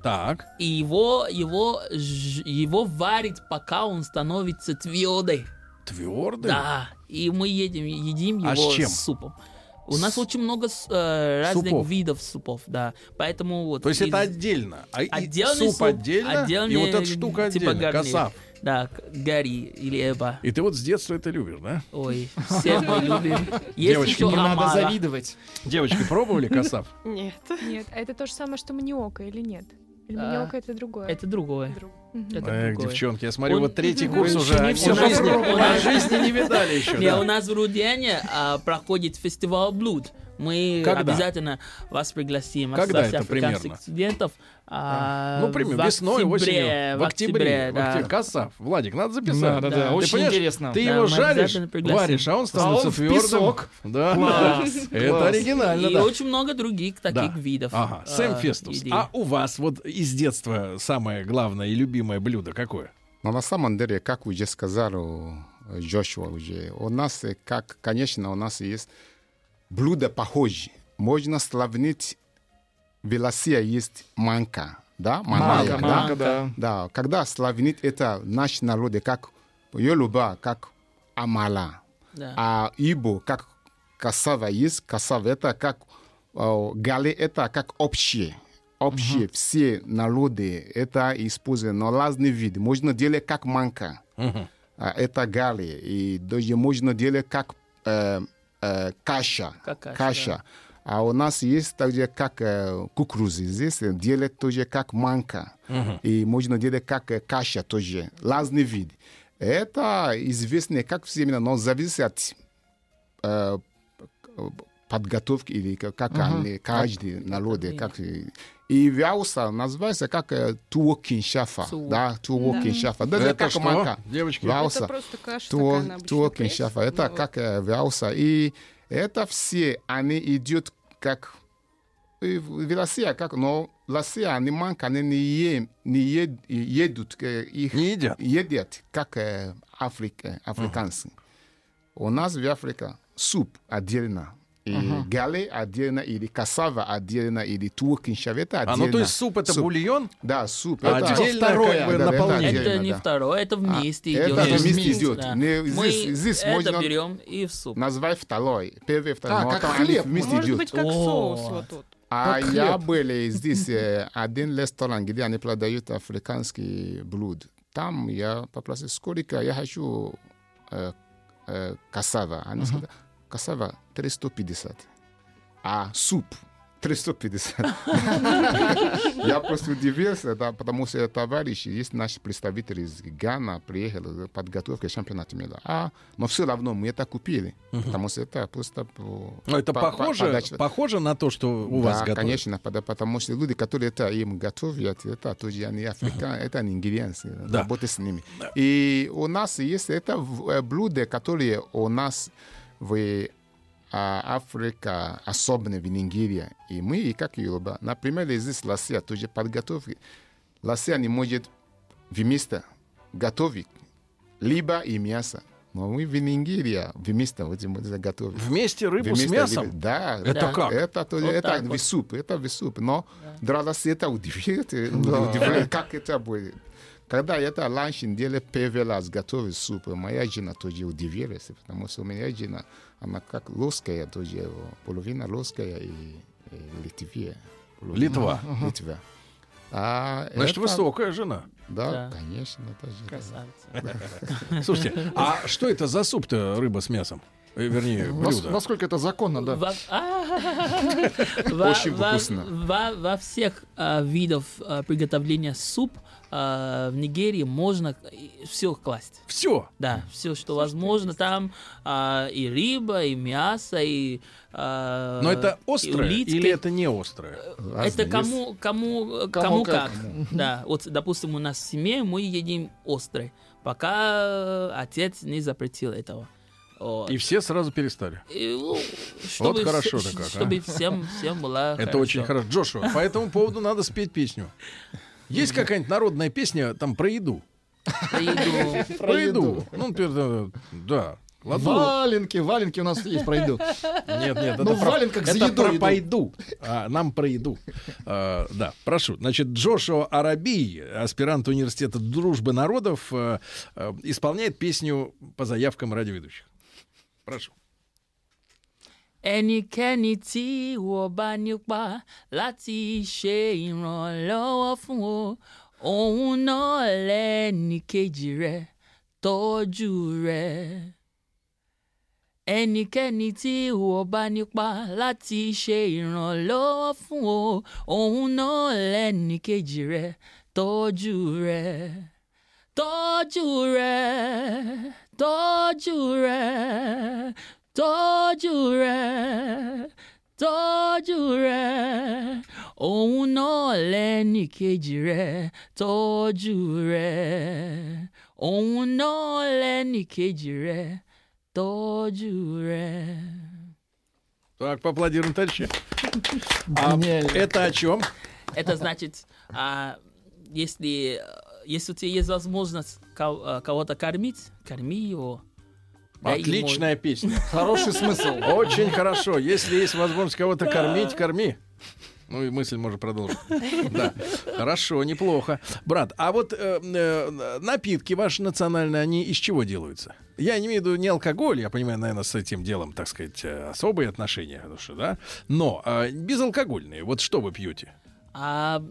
S2: Так.
S5: и его его ж- его варит пока он становится твердый
S2: Твердый.
S5: Да, и мы едем, едим его
S2: А с чем?
S5: супом. У нас очень много с- э, разных
S2: Супов.
S5: видов супов, да. Поэтому вот.
S2: То есть
S5: из-
S2: это отдельно. А и
S5: отдельный
S2: суп отдельно, и
S5: отдельный,
S2: вот эта штука
S5: типа
S2: отдельно,
S5: гарнир.
S2: касав.
S5: Да, к- гори или эба.
S2: И ты вот с детства это любишь, да?
S5: Ой, все мы любим. Есть
S2: Девочки,
S5: еще
S3: Не надо
S5: омара.
S3: завидовать.
S2: Девочки, пробовали
S3: [laughs]
S2: касав?
S7: Нет.
S6: Нет, а это то же самое, что маниока или нет? Или
S5: А,
S6: маниока это другое?
S5: Это другое.
S6: Друг.
S5: Это
S2: Эх,
S5: другое.
S2: девчонки, я смотрю,
S5: Он-
S2: вот
S3: [laughs]
S2: третий курс
S3: Ещё
S2: уже.
S3: не
S2: они
S3: всё
S2: жизни-
S3: попробовали.
S2: они жизни не видали еще.
S5: Не,
S2: да.
S5: у нас в Рудяне а, проходит фестиваль блюд. Мы
S2: Когда?
S5: обязательно вас пригласим.
S2: Когда
S5: Ассоциация
S2: это примерно?
S5: африканских студентов. а,
S2: Ну, примерно,
S5: в
S2: весной,
S5: октябре,
S2: осенью, в октябре. в
S5: да.
S2: октябре. Касав. Владик, надо записать.
S3: Да, да,
S5: Да.
S3: да.
S5: Ты
S3: Очень
S2: понимаешь,
S3: интересно.
S2: Ты
S5: Да,
S2: его
S5: мы
S2: жаришь,
S5: обязательно пригласим.
S2: варишь, а он
S3: А
S2: становится
S3: он в
S2: твердым.
S3: песок.
S2: Да.
S3: Класс,
S2: [laughs] Это
S3: класс.
S2: оригинально,
S5: И
S2: да.
S5: очень много других таких
S2: Да.
S5: видов.
S2: Ага,
S5: а,
S2: Сэм Фестус.
S5: идей.
S2: А у вас вот из детства самое главное и любимое блюдо какое?
S4: Но на самом деле, как уже сказал э, Джошуа уже, у нас, э, как, конечно, у нас есть блюда похожие. Можно сравнить, в России есть манка, да? Маная, да?
S3: Манка, манка, да.
S4: Да, когда сравнить это наш народ, как Йолуба, как Амала,
S5: Да.
S4: а Ибо, как касава есть, касава это как э, гали, это как общее. Общее, все народы это используют, но разный вид. Можно делать как манка, а, это гали, и даже можно делать как э, э, каша.
S5: Как каша,
S4: А у нас есть также как э, кукурузы, здесь э, делают тоже как манка. И можно делать как э, каша тоже, разный вид. Это известно как все именно, но зависит от э, подготовки или к- как они, каждый народ,
S5: они.
S4: как и и вяуса называется как э, туо киншафа,
S5: Туо.
S4: да, туо киншафа, даже
S2: Это
S4: как
S2: что,
S4: манка,
S2: девочки?
S4: вяуса,
S7: Это просто каша
S4: туо,
S7: такая, она обычно
S4: туо
S7: пресс,
S4: киншафа, это
S7: но
S5: Ну
S4: как э, вяуса, и это все они идут как и в в России а как, но в России они манка, они не, е, не е, едут, э, их
S2: Не едят.
S4: едят, как э, африк- э, африканцы. У нас в Африке суп отдельно, и гали отдельно, или кассава отдельно, или туо киншава, это
S2: А,
S4: отдельно.
S2: ну то есть суп это бульон?
S4: Да, суп.
S2: А
S4: это
S2: отдельно
S4: второе,
S2: как бы
S4: да, это
S2: наполнение.
S5: это
S4: отдельно,
S5: не
S4: да.
S5: второе, это
S4: А,
S5: вместе
S4: это
S5: идет.
S4: вместе
S5: Вместе,
S4: идет.
S5: да.
S4: Не,
S5: Мы
S4: здесь- здесь
S5: это
S4: можно-
S5: берем и в суп.
S4: Называй второй, первый, второй.
S3: А,
S4: но
S3: как
S4: там они
S3: хлеб,
S4: вместе
S7: Ну, Может
S4: идут.
S7: быть, как
S5: О.
S7: соус вот тут.
S4: А
S3: Как
S4: я
S3: хлеб.
S4: были здесь э, один ресторан, где они продают африканские блюд. Там я попросил, сколько я хочу э, э, кассава. Они сказали, кассава 350. А суп [laughs] 350. [laughs] Я просто удивился, да, потому что товарищи, есть наши представители из Гана, приехали за подготовкой к чемпионату мира. А, но все равно мы это купили, потому что это просто... по-
S2: Ну, это
S4: по- по-
S2: похоже,
S4: подача.
S2: похоже на то, что у
S4: Да,
S2: вас готовят?
S4: конечно, пода- потому что люди, которые это им готовят, это тоже они африканцы, это не ингредиенты,
S2: Да.
S4: работать с ними. И у нас есть это в- э, блюдо, которые у нас в э, а, Африка, особенно в Нигерии, и мы, и как Юруба. Например, здесь ласия, тоже подготовки. Ласия не может вместо готовить, либо и мясо. Но мы в Нигерии вместо вот мы готовим.
S2: Вместе рыбу с
S4: Вместо
S2: мясом?
S4: либо- Да.
S2: Это
S4: да.
S2: как?
S4: Это, то-
S5: Вот
S4: это
S5: так вот.
S4: в суп, это в суп. Но для нас это удивляет, удивляет, как это будет. Когда я это ланч делал первый раз, готовил суп, моя жена тоже удивилась, потому что моя жена, она как лоская тоже, э, половина лоская и, и Литве.
S2: Литва.
S4: Литва. А
S2: Значит,
S4: это-
S2: высокая жена.
S4: Да,
S5: Да.
S4: конечно. Это же,
S5: Красавица.
S2: Слушайте, [laughs] а что это за суп-то рыба с мясом? Э, Вернее,
S8: Нас-
S2: блюдо.
S8: Насколько это законно, да?
S5: Во- А, во-
S4: Очень
S5: во-
S4: вкусно.
S5: Во во всех а, видах а, приготовления суп а, в Нигерии можно все класть.
S2: Все.
S5: Да, все, что возможно. Там а, и рыба, и мясо, и... а,
S2: Но это
S5: и
S2: острое
S5: улитки.
S2: или это не острое?
S4: разное.
S5: Это
S4: Есть-
S5: кому, кому, э, кому, как. Да, вот, допустим, у нас в семье мы едим острый, пока э, отец не запретил этого. Вот.
S2: И все сразу перестали.
S5: И, ну, чтобы
S2: хорошо-то
S5: все-
S2: как, а.
S5: Чтобы всем, всем было
S2: Это очень хорошо. Джошуа, по [laughs] этому поводу надо спеть песню. Есть какая-нибудь народная песня там про еду?
S5: Приду.
S2: Про еду. Ну, например, да, да. Ладно.
S8: Валенки, валенки у нас есть, пройду.
S2: Нет, нет,
S8: Ну,
S2: это
S8: в
S2: про-
S8: валенках за
S2: это
S8: едой
S2: про
S8: иду.
S2: пойду. А, нам про еду. А, да, прошу. Значит, Джошуа Араби, аспирант университета дружбы народов, э, э, исполняет песню по заявкам радиоведущих. Прошу.
S5: ẹnikẹ́ni tí wọ́n bá nípa láti ṣe ìrànlọ́wọ́ fún o òun náà lẹ́ni kejì rẹ̀ tọ́jú rẹ̀. ẹnikẹ́ni tí wọ́n bá nípa láti ṣe ìrànlọ́wọ́ fún o òun náà lẹ́ni kejì rẹ̀ tọ́jú rẹ̀ tọ́jú rẹ̀ tọ́jú rẹ̀ tọ́jú rẹ̀ tọ́jú rẹ̀ òun náà lẹ́nì kejì rẹ̀ tọ́jú rẹ̀ òun náà lẹ́nì kejì rẹ̀ tọ́jú rẹ̀.
S2: Так, поаплодируем дальше.
S8: Гениально.
S2: Это о чем?
S5: Это значит, а, если, э, если у тебя есть возможность ко- э, кого-то кормить, корми его. Дай ему-
S2: Отличная песня.
S8: Хороший смысл.
S2: Очень хорошо. Если есть возможность кого-то кормить, корми. Ну и мысль можно продолжить. Да. Хорошо, неплохо. Брат, а вот э, э, напитки ваши национальные, они из чего делаются? Я не имею в виду не алкоголь, я понимаю, наверное, с этим делом, так сказать, э, особые отношения, потому что, да? Но э, безалкогольные, вот что вы пьете?
S5: А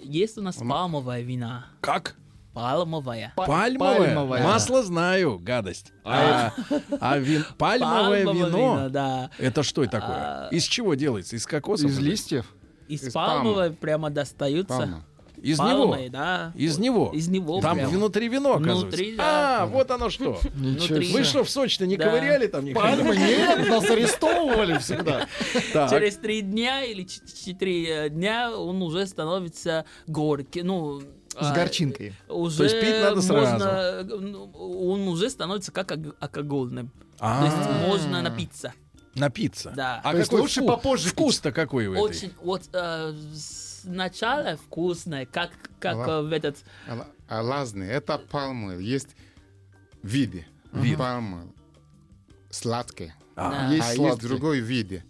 S5: есть у нас палмовая вина.
S2: Как?
S5: Палмовая.
S8: Па-
S2: Пальмовое?
S8: пальмовое.
S2: Масло знаю, гадость. А, а вин- пальмовое
S5: Пальмовое
S2: вино?
S5: вино, да.
S2: Это что такое?
S5: А.
S2: Из чего делается? Из кокоса?
S8: Из листьев.
S5: Из,
S4: Из
S5: палмовой прямо достаются.
S4: Пальма.
S2: Из него?
S5: Палмой, да.
S2: Из него?
S5: Из него
S2: Там
S5: прямо.
S2: внутри вино, оказывается.
S5: Внутри,
S2: А, вот оно
S5: [laughs]
S2: что.
S8: Ничего
S5: Внутри.
S2: Вы что, в Сочи-то не
S5: Да.
S2: ковыряли
S5: [laughs]
S2: там? ни хрена?
S8: Пальмы нет, нас арестовывали всегда.
S2: Так.
S5: Через три дня или ч- четыре э, дня он уже становится горький. Ну,
S8: С
S5: а,
S8: горчинкой.
S5: Уже
S2: То есть пить надо
S5: можно,
S2: сразу.
S5: э, ну, Он уже становится как алк- алкогольным. То есть
S2: А,
S5: можно напиться.
S2: напиться.
S5: Да.
S2: А
S8: То есть
S2: какой
S8: лучше
S2: вку-
S8: попозже пить.
S2: Вкус-то какой у этой?
S5: Очень, вот э, сначала вкусное, как, как
S4: Ага.
S5: э, в этот...
S4: Ала- а Разные. Это пальмы. Есть виды. Пальмы. Сладкие.
S5: э,
S2: А.
S8: Есть
S4: а есть
S8: сладкий.
S4: другой вид.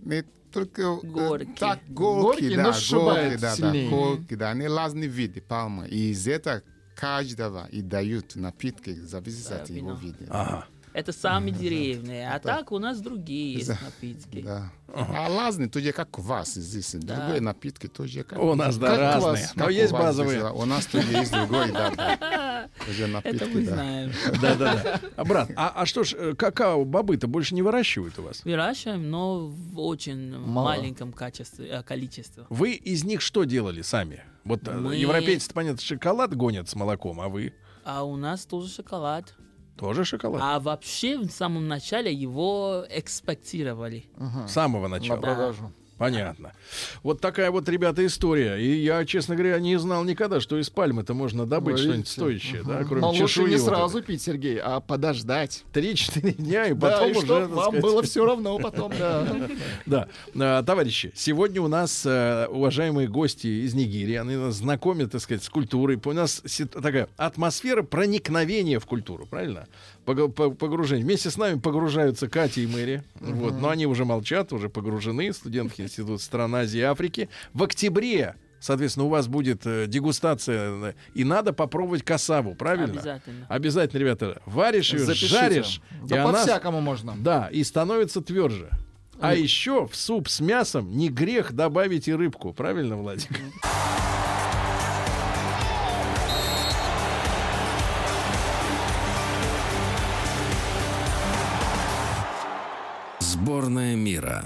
S4: Не только э,
S5: Горький.
S4: Так, горький,
S8: Горький,
S4: да,
S8: но сшибает
S4: горький, да, да,
S8: сильнее.
S4: горький, да. Они разные виды пальмы. И из этого каждого и дают напитки, зависит
S5: Да,
S4: от его
S5: вино.
S4: вида.
S2: Ага.
S5: Это самые деревные, а так у нас другие есть напитки.
S4: Да. А разные тоже как квас здесь. Другие напитки тоже как
S2: У нас, да,
S8: Как
S2: разные.
S8: класс,
S2: Но
S4: как
S2: есть
S4: у вас здесь,
S2: базовые.
S5: [laughs]
S4: да. У нас тоже есть другой, да, да. Уже
S5: Это
S4: напитки,
S5: мы
S4: да.
S5: знаем.
S2: [laughs] Да-да-да.
S8: [laughs]
S2: А, Брат, а, а что ж, э, какао бобы-то больше не выращивают у вас?
S5: Выращиваем, но в очень
S8: Мало.
S5: маленьком качестве, э, количестве.
S2: Вы из них что делали сами? Вот э,
S5: Мы-
S2: европейцы, понятно, шоколад гонят с молоком, а вы
S5: А у нас тоже шоколад.
S2: тоже шоколад?
S5: А вообще в самом начале его экспектировали.
S2: С самого начала.
S8: На продажу.
S2: Понятно. Вот такая вот, ребята, история. И я, честно говоря, не знал никогда, что из пальмы-то можно добыть
S8: Вы
S2: что-нибудь
S8: видите?
S2: стоящее, да,
S8: Мгм.
S2: кроме
S8: Но лучше
S2: чешуи.
S8: не
S2: вот
S8: сразу пить, Сергей, а подождать.
S2: этой. Три-четыре дня, и
S8: да,
S2: потом
S8: и
S2: уже,
S8: чтоб
S2: так
S8: вам
S2: сказать,
S8: было все равно потом, да.
S2: Да, А, товарищи, сегодня у нас э, уважаемые гости из Нигерии, они нас знакомят, так сказать, с культурой. У нас си- такая атмосфера проникновения в культуру, правильно? Пог- по- Погружение. Вместе с нами погружаются Катя и Мэри. Вот, но они уже молчат, уже погружены, студентки Института стран Азии и Африки. В октябре Соответственно, у вас будет э, дегустация, э, и надо попробовать касаву, правильно?
S5: Обязательно.
S2: Обязательно, ребята, варишь ее,
S8: Запишите.
S2: жаришь, и
S8: Да
S2: она
S8: по-всякому можно.
S2: да, и становится тверже. А еще в суп с мясом не грех добавить и рыбку, правильно, Владик?
S1: Сборная мира.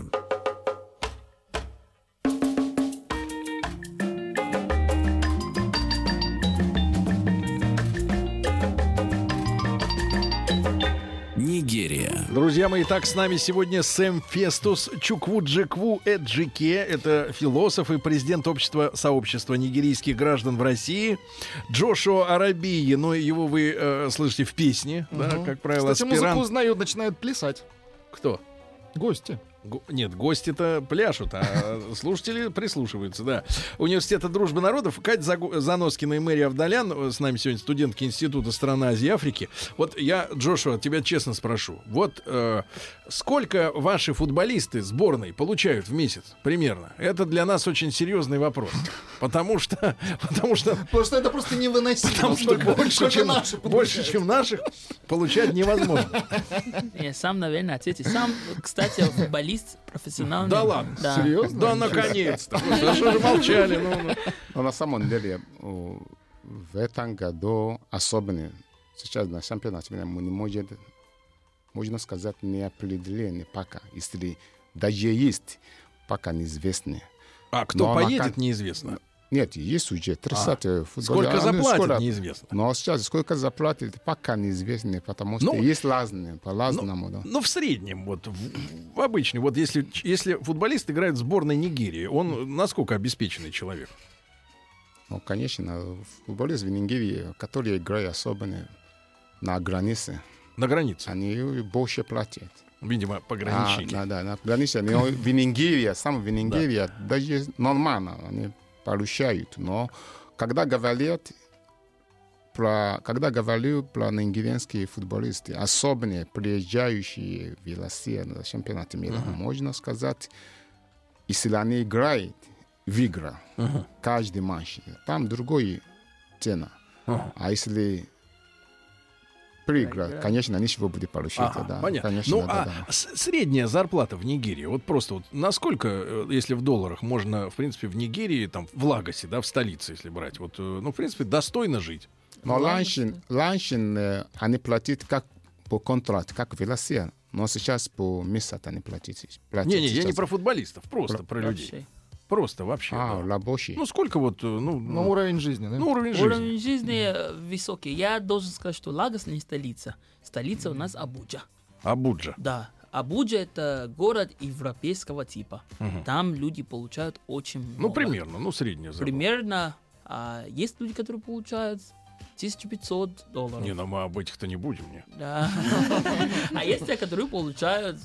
S1: Нигерия.
S2: Друзья мои, так с нами сегодня Сэм Фестус Чуквуджекву Эджике. Это философ и президент общества сообщества нигерийских граждан в России. Джошуа Арабии, но его вы э, слышите в песне, да,
S8: Мгм.
S2: как правило,
S8: Кстати,
S2: аспирант.
S8: музыку узнают, начинают плясать.
S2: Кто?
S8: Гости.
S2: Го- Нет, гости-то пляшут, а [laughs] слушатели прислушиваются, да. Университета дружбы народов. Кать Загу- Заноскина и Мэри Авдалян, э, с нами сегодня студентки Института стран Азии и Африки. Вот я, Джошуа, тебя честно спрошу. Вот э, сколько ваши футболисты сборной получают в месяц примерно? Это для нас очень серьезный вопрос. Потому что, [laughs] потому что
S8: Потому что это просто невыносимо.
S2: там
S8: Сколько-
S2: столько больше,
S8: сколько
S2: чем,
S8: наши
S2: больше,
S8: получают.
S2: чем наших, получать невозможно.
S5: Я сам, наверное, ответил. Сам, кстати, футболист профессиональный.
S2: Да ладно?
S5: Да.
S8: Серьезно?
S2: Да, наконец-то. А что же молчали? Ну, ну.
S4: Но на самом деле э, в этом году особенно сейчас на чемпионате мира мы не можем, можно сказать, не определены пока. Если даже есть, пока неизвестны.
S2: А кто
S4: Ну, а на
S2: поедет,
S4: как-
S2: неизвестно.
S4: Нет, есть уже 30 футболистов.
S2: А, Сколько
S4: Они скоро-
S2: заплатят, неизвестно.
S4: Но сейчас сколько заплатят, пока неизвестно, потому что
S2: Ну,
S4: есть разные, по-разному. да.
S2: Ну, в среднем, вот, в, в обычном. Вот если, если футболист играет в сборной Нигерии, он насколько обеспеченный человек?
S4: Ну, конечно, футболист в Нигерии, которые играют особенно на границе,
S2: На границе,
S4: они больше платят.
S2: видимо, пограничники.
S4: А, да, да, на границе. Но в Нигерии, сам в Нигерии, даже нормально они получают. Но когда говорят про, когда говорю про нигерийские футболисты, особенно приезжающие в Россию на чемпионат мира, можно сказать, если они играют в игры, каждый матч, там другой цена.
S2: Ага.
S4: А если проиграть, конечно, они всего будут получать.
S2: Ага,
S4: да,
S2: понятно.
S4: Конечно,
S2: ну,
S4: да,
S2: а
S4: да.
S2: с- средняя зарплата в Нигерии, вот просто вот насколько, э, если в долларах, можно, в принципе, в Нигерии, там, в Лагосе, да, в столице, если брать, вот, э, ну, в принципе, достойно жить.
S4: Но Ланшин, Ланшин, э, они платят как по контракту, как Велосия. Но сейчас по месяц они платят. платят
S2: Не-не, я
S4: сейчас.
S2: не про футболистов, просто про, людей.
S5: Вообще.
S2: Просто вообще.
S4: А,
S2: да.
S4: рабочие.
S2: Ну, сколько вот, э, ну,
S8: Ну,
S2: ну,
S8: уровень жизни, да?
S2: ну, уровень жизни.
S5: Уровень жизни э, высокий. Я должен сказать, что Лагос не столица. Столица у нас Абуджа.
S2: Абуджа.
S5: Да. Абуджа это город европейского типа. Там люди получают очень много.
S2: Ну, примерно, ну, средняя зарплата.
S5: Примерно а, есть люди, которые получают 1500 долларов.
S2: Не, ну мы об этих-то не будем. Не.
S5: Да. [laughs] А есть те, которые получают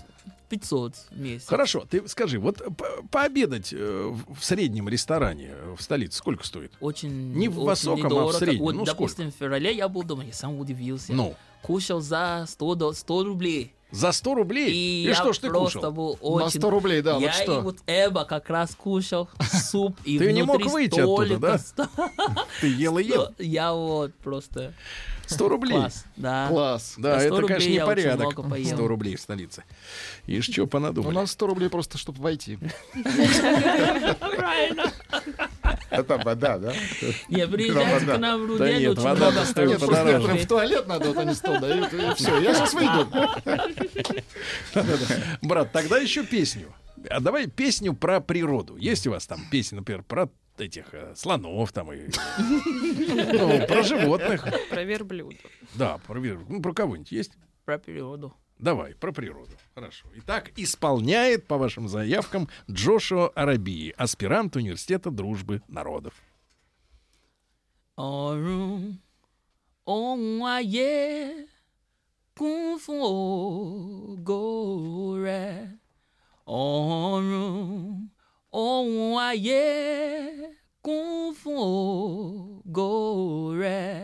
S5: 500 в месяц.
S2: Хорошо, ты скажи, вот по- пообедать э, в в среднем ресторане э, в столице сколько стоит?
S5: Очень
S2: Не в
S5: очень
S2: высоком, а в
S5: недорого.
S2: среднем.
S5: Вот,
S2: Ну,
S5: допустим, в феврале я был дома, я сам удивился.
S2: Ну,
S5: Кушал за 100, до- 100 рублей.
S2: за 100 рублей?
S5: И,
S2: И,
S5: я
S2: что ж ты
S5: просто
S2: кушал?
S5: был
S8: На
S5: очень...
S8: 100 рублей, да,
S5: я
S8: вот
S5: и
S8: что.
S5: вот Эба как раз кушал [laughs] суп и
S2: Ты не мог
S5: внутри
S2: выйти оттуда,
S5: [laughs]
S2: да?
S5: столика
S2: Ты ел и ел.
S5: ста- Я вот просто
S2: 100 рублей.
S5: класс, да.
S8: Класс.
S2: Да,
S5: За 100
S2: это, конечно,
S5: рублей я очень
S2: непорядок.
S5: много поел. Ну,
S2: 100 рублей в столице. И что
S8: У
S2: понадумали?
S8: нас 100 рублей просто, чтобы войти.
S5: Правильно.
S4: Это вода, да?
S5: Не, приезжайте
S4: вода.
S5: к нам в
S2: Да
S5: Руден,
S2: нет,
S5: очень
S2: вода
S5: много
S2: достоит
S5: хороших
S2: подороже.
S5: людей.
S8: Некоторым в туалет надо, вот они стол дают, и все, я сейчас выйду.
S2: Брат, тогда еще песню. А давай песню про природу. Есть у вас там песни, например, про этих э, слонов там и [laughs] ну, про животных.
S7: Про верблюдов.
S2: Да, про вир- ну, про кого-нибудь есть?
S5: Про природу.
S2: Давай, про природу. Хорошо. Итак, исполняет, по вашим заявкам, Джошуа Арабии, аспирант Университета Дружбы Народов.
S5: Ọ̀run ohun ayé kún fún ògo rẹ̀. Ọ̀run ohun ayé kún fún ògo rẹ̀.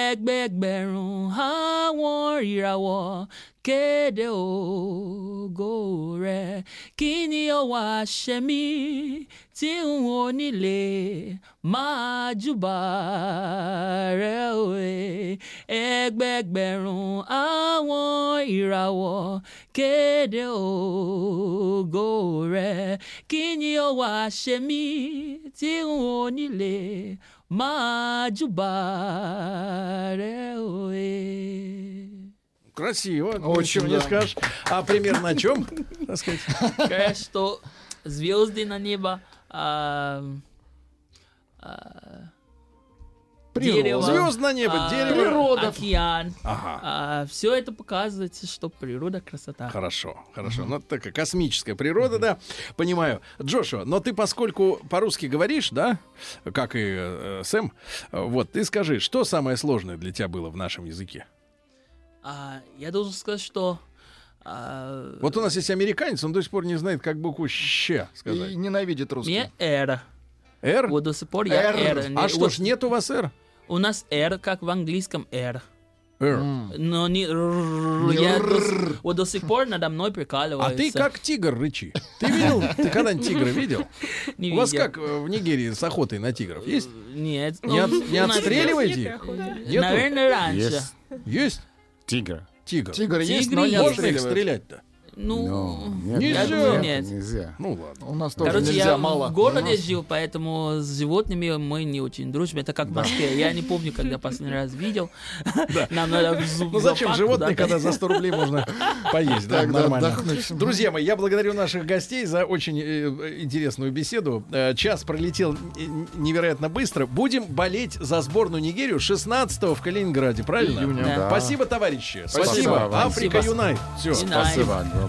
S5: Ẹgbẹgbẹ̀rún àwọn ìràwọ̀ kéde ògo rẹ̀. Kí ni ó wá ṣe mí tí n ò ní lè máa júbà rẹ̀ òye? Ẹgbẹgbẹ̀rún àwọn ìràwọ̀ kéde ògo rẹ̀. Kí ni ó wá ṣe mí tí n ò ní lè máa júbà rẹ̀ òye?
S2: Красиво,
S8: Очень,
S2: ничего не
S8: да.
S2: скажешь. А пример на чем? так сказать?
S5: Говорят, что звезды на небо, а, а, дерево,
S2: Звезд на небо,
S5: а,
S2: дерево.
S5: океан.
S2: Ага.
S5: все это показывает, что природа красота.
S2: А, Хорошо, хорошо. Ну, это такая космическая природа, да. Понимаю. Джошуа, но ты, поскольку по-русски говоришь, да, как и э, Сэм, э, вот, ты скажи, что самое сложное для тебя было в нашем языке?
S5: А, я должен сказать, что а,
S2: Вот у нас есть американец, он до сих пор не знает, как букву «щ»
S8: И
S2: сказать.
S8: ненавидит русских.
S5: мне эра.
S2: «Р»?
S5: Вот до сих пор я
S8: «Р».
S5: эра.
S2: А
S5: Не-
S2: что
S5: вот
S2: ж, нет у вас «р»?
S5: У нас эра, как в английском «р».
S2: «Р».
S5: Но не «р».
S8: Не
S5: Я до с-
S8: «р».
S5: вот до сих пор надо мной
S2: А
S5: прикалываются.
S2: ты как тигр рычи. Ты видел? Ты когда-нибудь тигра видел?
S5: Ну, Не
S2: У вас
S5: видел.
S2: как э, в Нигерии с охотой на тигров? Есть?
S5: Нет.
S2: Не, от-
S5: ну,
S2: не
S5: у нас-
S2: отстреливаете? Нету?
S5: Наверное, раньше.
S4: Есть
S2: Есть
S4: тигр.
S2: тигр.
S8: Тигр есть, но
S5: Тигры
S8: не
S5: есть.
S2: Можно их
S8: отстреливают.
S2: стрелять-то?
S5: Ну,
S4: нет,
S2: Нельзя.
S4: нет,
S5: Нет.
S4: нельзя.
S2: Ну ладно.
S8: У нас тоже
S5: короче,
S8: нельзя
S5: я
S8: мало.
S5: в городе жил, поэтому с животными мы не очень дружим. Это как в Москве. Я не помню, когда последний раз видел. Нам надо в зу-
S2: Ну зачем
S5: зоопарк
S2: животные,
S5: куда-то.
S2: когда за 100 рублей можно поесть, да,
S8: Тогда
S2: нормально.
S8: отдохнуть.
S2: Друзья мои, я благодарю наших гостей за очень э, интересную беседу. Э, Час пролетел э, невероятно быстро. Будем болеть за сборную Нигерию 16-го в Калининграде, правильно?
S8: Июня,
S5: Да.
S4: да.
S2: Спасибо, товарищи. Спасибо.
S4: Спасибо вам.
S2: Африка Юнайт. Все.
S5: Юнайт.
S4: Спасибо огромное.